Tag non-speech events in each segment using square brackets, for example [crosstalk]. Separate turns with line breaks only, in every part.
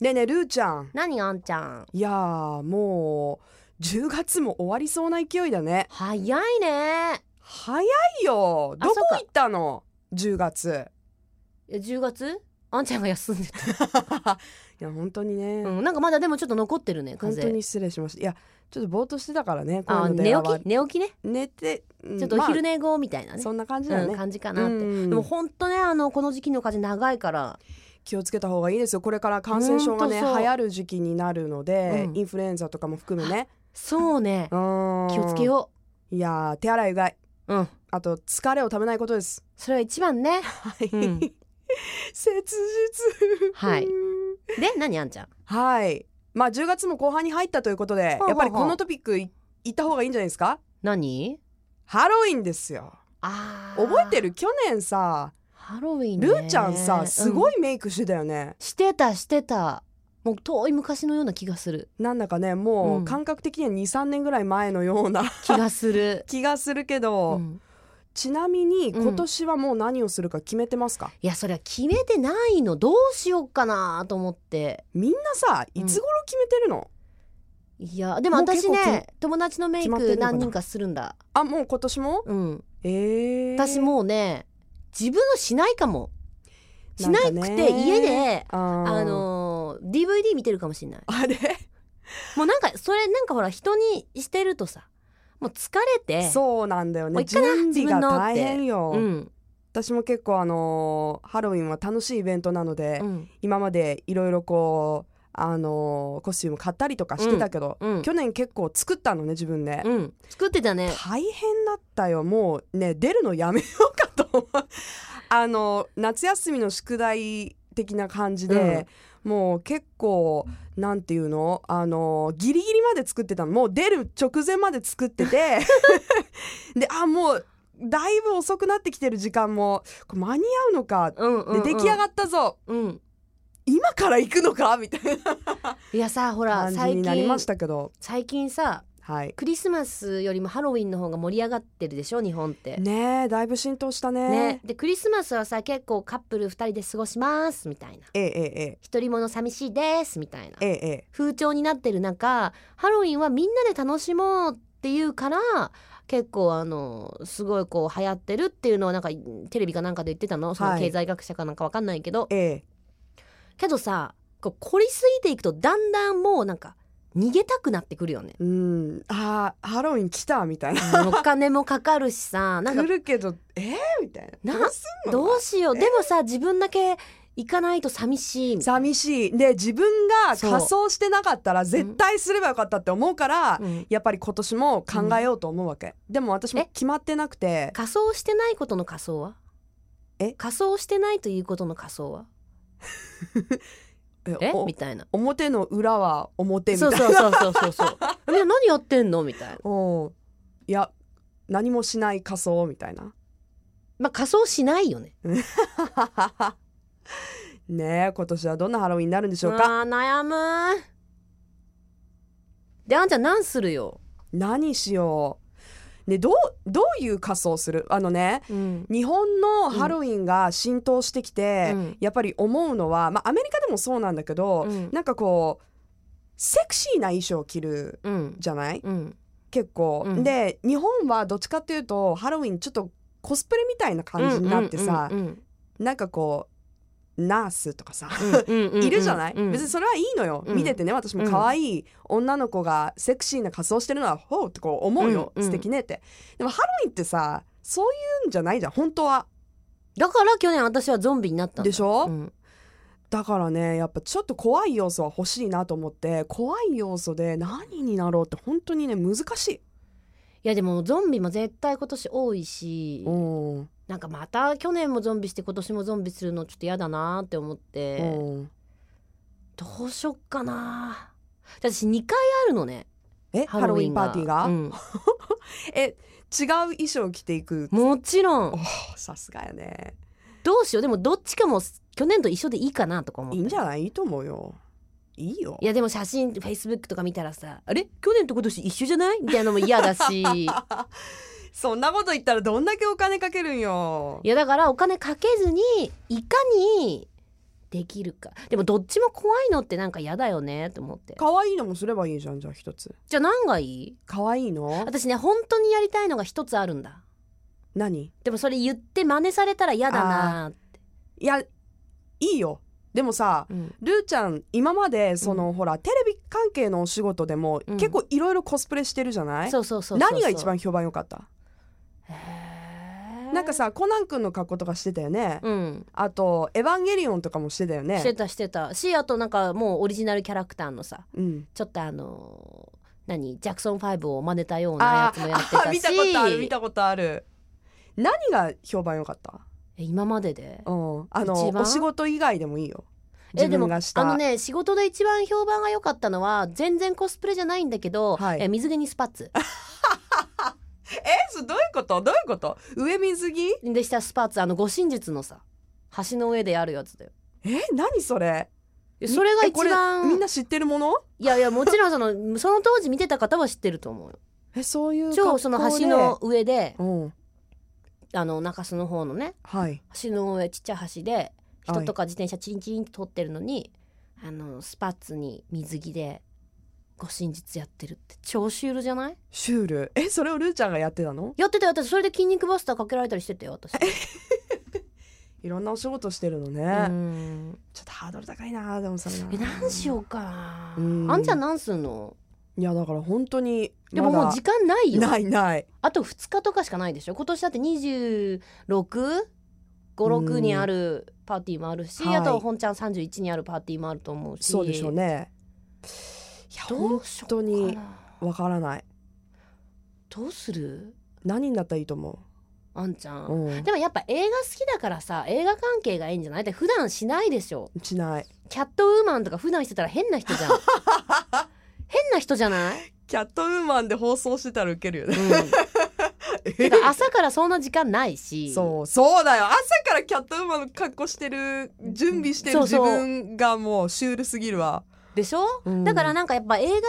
ねえねえルーちゃん
何あんちゃん
いやーもう10月も終わりそうな勢いだね
早いね
早いよ
あ
どこ
そうか
行ったの10月
[laughs] え10月あんちゃんが休んでた、
いや本当にね、
うん、なんかまだでもちょっと残ってるね
本
風
当に失礼しましたいやちょっとぼーっとしてたからねこう
あ
いうので
寝起き寝起きね
寝て、うん
ちょっとお昼寝後みたいな
まあ
ね、
そんな感じだ
う
ね
ん、、感じかなって、
うん
でも本当ねあのこの時期の風邪長いから
気をつけた方がいいですよこれから感染症がね流
ほんとそう
行る時期になるので、
うん
インフルエンザとかも含むね
そうね
気を
気をつけよ
ういやー手洗いうがいう
うん
あと疲れをためないことです
それは一
[laughs]
番ね
はい、
うん
切実
はいで何あんちゃん
はいまあ10月も後半に入ったということで
ほうほうほう
やっぱりこのトピックい行った方がいいんじゃないですか
何
ハロウィンですよ
あー
覚えてる去年さ
ハロウィン、ね、
ルーちゃんさすご
い、
いメイクしてたよね、
してたしてたもう遠い昔のような気がする
なんだかねも
うん
う感覚的には23年ぐらい前のような [laughs]
気がする
気がするけど、
うん
ちなみに
うん
今年はもう何をするか決めてますか、
いやそりゃ決めてないのどうしようかなと思って
みんなさいつ頃決めてるの、
いやでも
もう結
私
構
ね友達のメイ
決まってんの
ク
かな
何人かするんだ
あもう今年も
うん
えー、
私もうね自分のしないかもしなく
なんか
て
ね
家で
あ
あ
ー
のー DVD 見てるかもしれない
あれ
もうなんかそれなんかほら人にしてるとさもう疲れて
そうなんだよ
もう
ね
いっかな
準備が
自分のって
大変よ、
ん
私も結構あのーハロウィンは楽しいイベントなので、
うん
今までいろいろこうあのーコスチューム買ったりとかしてたけど、
うん
去年結構作ったのね自分で、
うん作ってたね
大変だったよもうね出るのやめようかと思う [laughs] あの夏休みの宿題的な感じで、もう結構なんていうのあのギリギリまで作ってたのもう出る直前まで作って
[laughs]
てであもうだいぶ遅くなってきてる時間もこれ間に合うのか
うんうんう
で
ん
出来上がったぞ
うん
今から行くのかみたいない
やさほら
感じ
最
になりまし
近
たけど
最近さ
はい
クリスマスよりもハロウィンの方が盛り上がってるでしょ日本って。
ねえだいぶ浸透したね
ね、でクリスマスはさ結構カップル2人で過ごしますみたいな
ええ
一人もの寂しいですみたいな
えええええ
風潮になってる中ハロウィンはみんなで楽しもうっていうから結構あのすごいこう流行ってるっていうのはなんかテレビかなんかで言ってたのその
はい
経済学者かなんかわかんないけど、
えええ。
けどさこう凝りすぎていくとだんだんもうなんか逃げたくなってくるよね
[laughs] うん、あーハロウィン来たみたいな
お金もかかるしさなんか
来るけどえー、みたいな
な
どうすんの
どうしようでもさ自分だけ行かないと寂しいみたい
寂しいで自分が
そう
仮装してなかったら絶対すればよかったって思うから、
な、うん
やっぱり今年も考えようと思うわけ、でも私も
え
決まってなくて
仮装してないことの仮装は
え
仮装してないということの仮装はえ
お
みたいな
表の裏は表みた
そ
いうな
そう
[laughs]
そうそうそうそう [laughs] みんな何やってんのみたいな
うんいや何もしない仮装みたい
[laughs]
な
まあ仮装しないよね
ねえ今年はどんなハロウィンになるんでしょうか
あー悩むーであんちゃん何するよ、
何しようねどうどういう仮装するあのね
うん
日本のハロウィンが浸透してきて、
うん
やっぱり思うのは、まあ、アメリカでもそうなんだけど、
うん
なんかこうセクシーな衣装を着る
うん
じゃない
うん
結構、
うん
で日本はどっちかっていうとハロウィンちょっとコスプレみたいな感じになってさ、
うんうん
なんかこうナースとかさ、
うんうんう
[laughs]
ん
いるじゃない、
うん
別にそれはいいのよ、
うん
見ててね私も可愛い女の子がセクシーな仮装してるのはほうってこう思うよ、
うんう
素
ん
敵ねってでもハロウィンってさそういうんじゃないじゃん本当は
だから去年私はゾンビになったんだ
でしょ、
うん
だからねやっぱちょっと怖い要素は欲しいなと思って怖い要素で何になろうって本当にね難しい。
いやでもゾンビも絶対今年多いし
うん
なんかまた去年もゾンビして今年もゾンビするのちょっと嫌だなって思って
うん
どうしよっかな私2回あるのね
えハ
ハ
ロ
ロウ
ウ
ィ
ィ
ン
ン
が
パーティーが、
うん
え違う衣装着ていく
もちろ
お
ん
さすがやね
どうしようでもどっちかも去年と一緒でいいかなとか思って
いいんじゃないいいと思うよいいよ
いやでも写真フェイスブックとか見たらさあれ去年と今年一緒じゃないみたいなのも嫌だ [laughs] しい
そんなこと言ったらどんだけお金かけるんよ
やだからお金かけずにいかにできるかでもどっちも怖いのってなんか嫌だよねと思って
可愛いのもすればいいじゃんじゃあ一つ
じゃあ何がいい
可愛いの
私ね本当にやりたいのが一つあるんだ
何
でもそれ言って真似されたら嫌だなーって、
いやいいよでもさ
うん
ルーちゃん今までその、ほらテレビ関係のお仕事でも、
うん
結構いろいろコスプレしてるじゃない
そうそうそうそう
何が一番評判良かった
へー
なんかさコナン君の格好とかしてたよね、
うん
あと「エヴァンゲリオン」とかもしてたよ
して
ね、
たしてたしあとなんかもうオリジナルキャラクターのさ
うん、
ちょっとあのー何ジャクソン5を真似たようなや
あ
つも
ー
やってた
あー
し
見たことある見たことある何が評判良かった
え今までで
うんあの
一番
お仕事以外でもいいよ
え
自分がした
でもあのね仕事で一番評判が良かったのは全然コスプレじゃないんだけど、
はい
え水着にスパッツ
えそどういうことどういうこと上水着
でしたスパッツあの護身術のさ橋の上でやるやつだよ
え何それ
いやそれが
え
一
これみん
番
な知ってるもの
いやいやもちろんそのその当時見てた方は知ってると思うよ
えそういう格好
超
で
その橋の上で
うん
あの中洲の方のね
はい
橋の上ちっちゃい橋で
は
人
い
とか自転車チンチンって通ってるのに、あのスパッツに水着で護身術やってるって超シュールじゃない
シュールえそれをルーちゃんがやってたの
やってたやってたそれで筋肉バスターかけられたりしてた
[laughs]
よ私
いろんなお仕事してるのね、
うん
ちょっとハードル高いなでもそれな
え何しようかな
うん
あんちゃん何すんの
いやだから本当に
でももう
まだ
時間ないよ
ないない
あと2日とかしかないでしょ今年だって 26?56
うん
にあるパーティーもあるし、
はい
あと本ちゃん31にあるパーティーもあると思うし
そうでしょうねいや
ど
本
うしようか
当に
な
わからない
どうする
何になったらいいと思
あんちゃん、
う、うん、
でもやっぱ映画好きだからさ映画関係がいいんじゃないって普段しないでしょ
しない
キャットウーマンとか普段してたら変な人
[laughs]
じゃん変な人じゃない
キャットウーマンで放送してたらウケ
[laughs]
るよね [laughs]
うん、てか朝からそんな時間ないし
そうそうだよ朝からキャットウーマンの格好してる準備してる
そう
自
そう
分がもうシュールすぎるわ、
でしょ、
うん
だからなんかやっぱ映画好き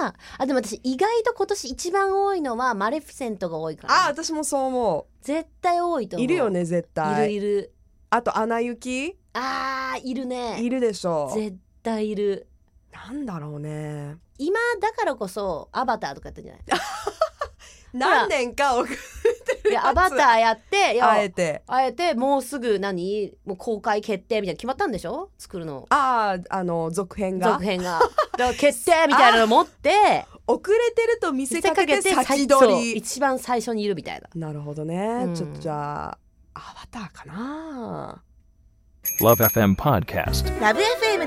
ならあでも私意外と今年一番多いのはマレフィセントが多いから
あ私もそう思
絶対多いと
う
思う
い
い
るよね絶対
いるいる
あと「アナ雪」
あーいるね
いるでしょう
絶対いる
なんだろうね
今だからこそアバターとかやったんじゃ
[laughs]
ない
何年か遅
いやアバターやってい
れ
や
あ
あ
えて
えてもうすぐ何もう公開決定みたいなの決まったんでしょ作るの
あああの続編が
続編が
[laughs]
だから決定みたいなの持って
遅れてると見せかけて先
そう
取り
一番最初にいるみたいな
なるほどね、
ん
ちょっとじゃあアバターかな
Love FM Podcast.
ラブ f m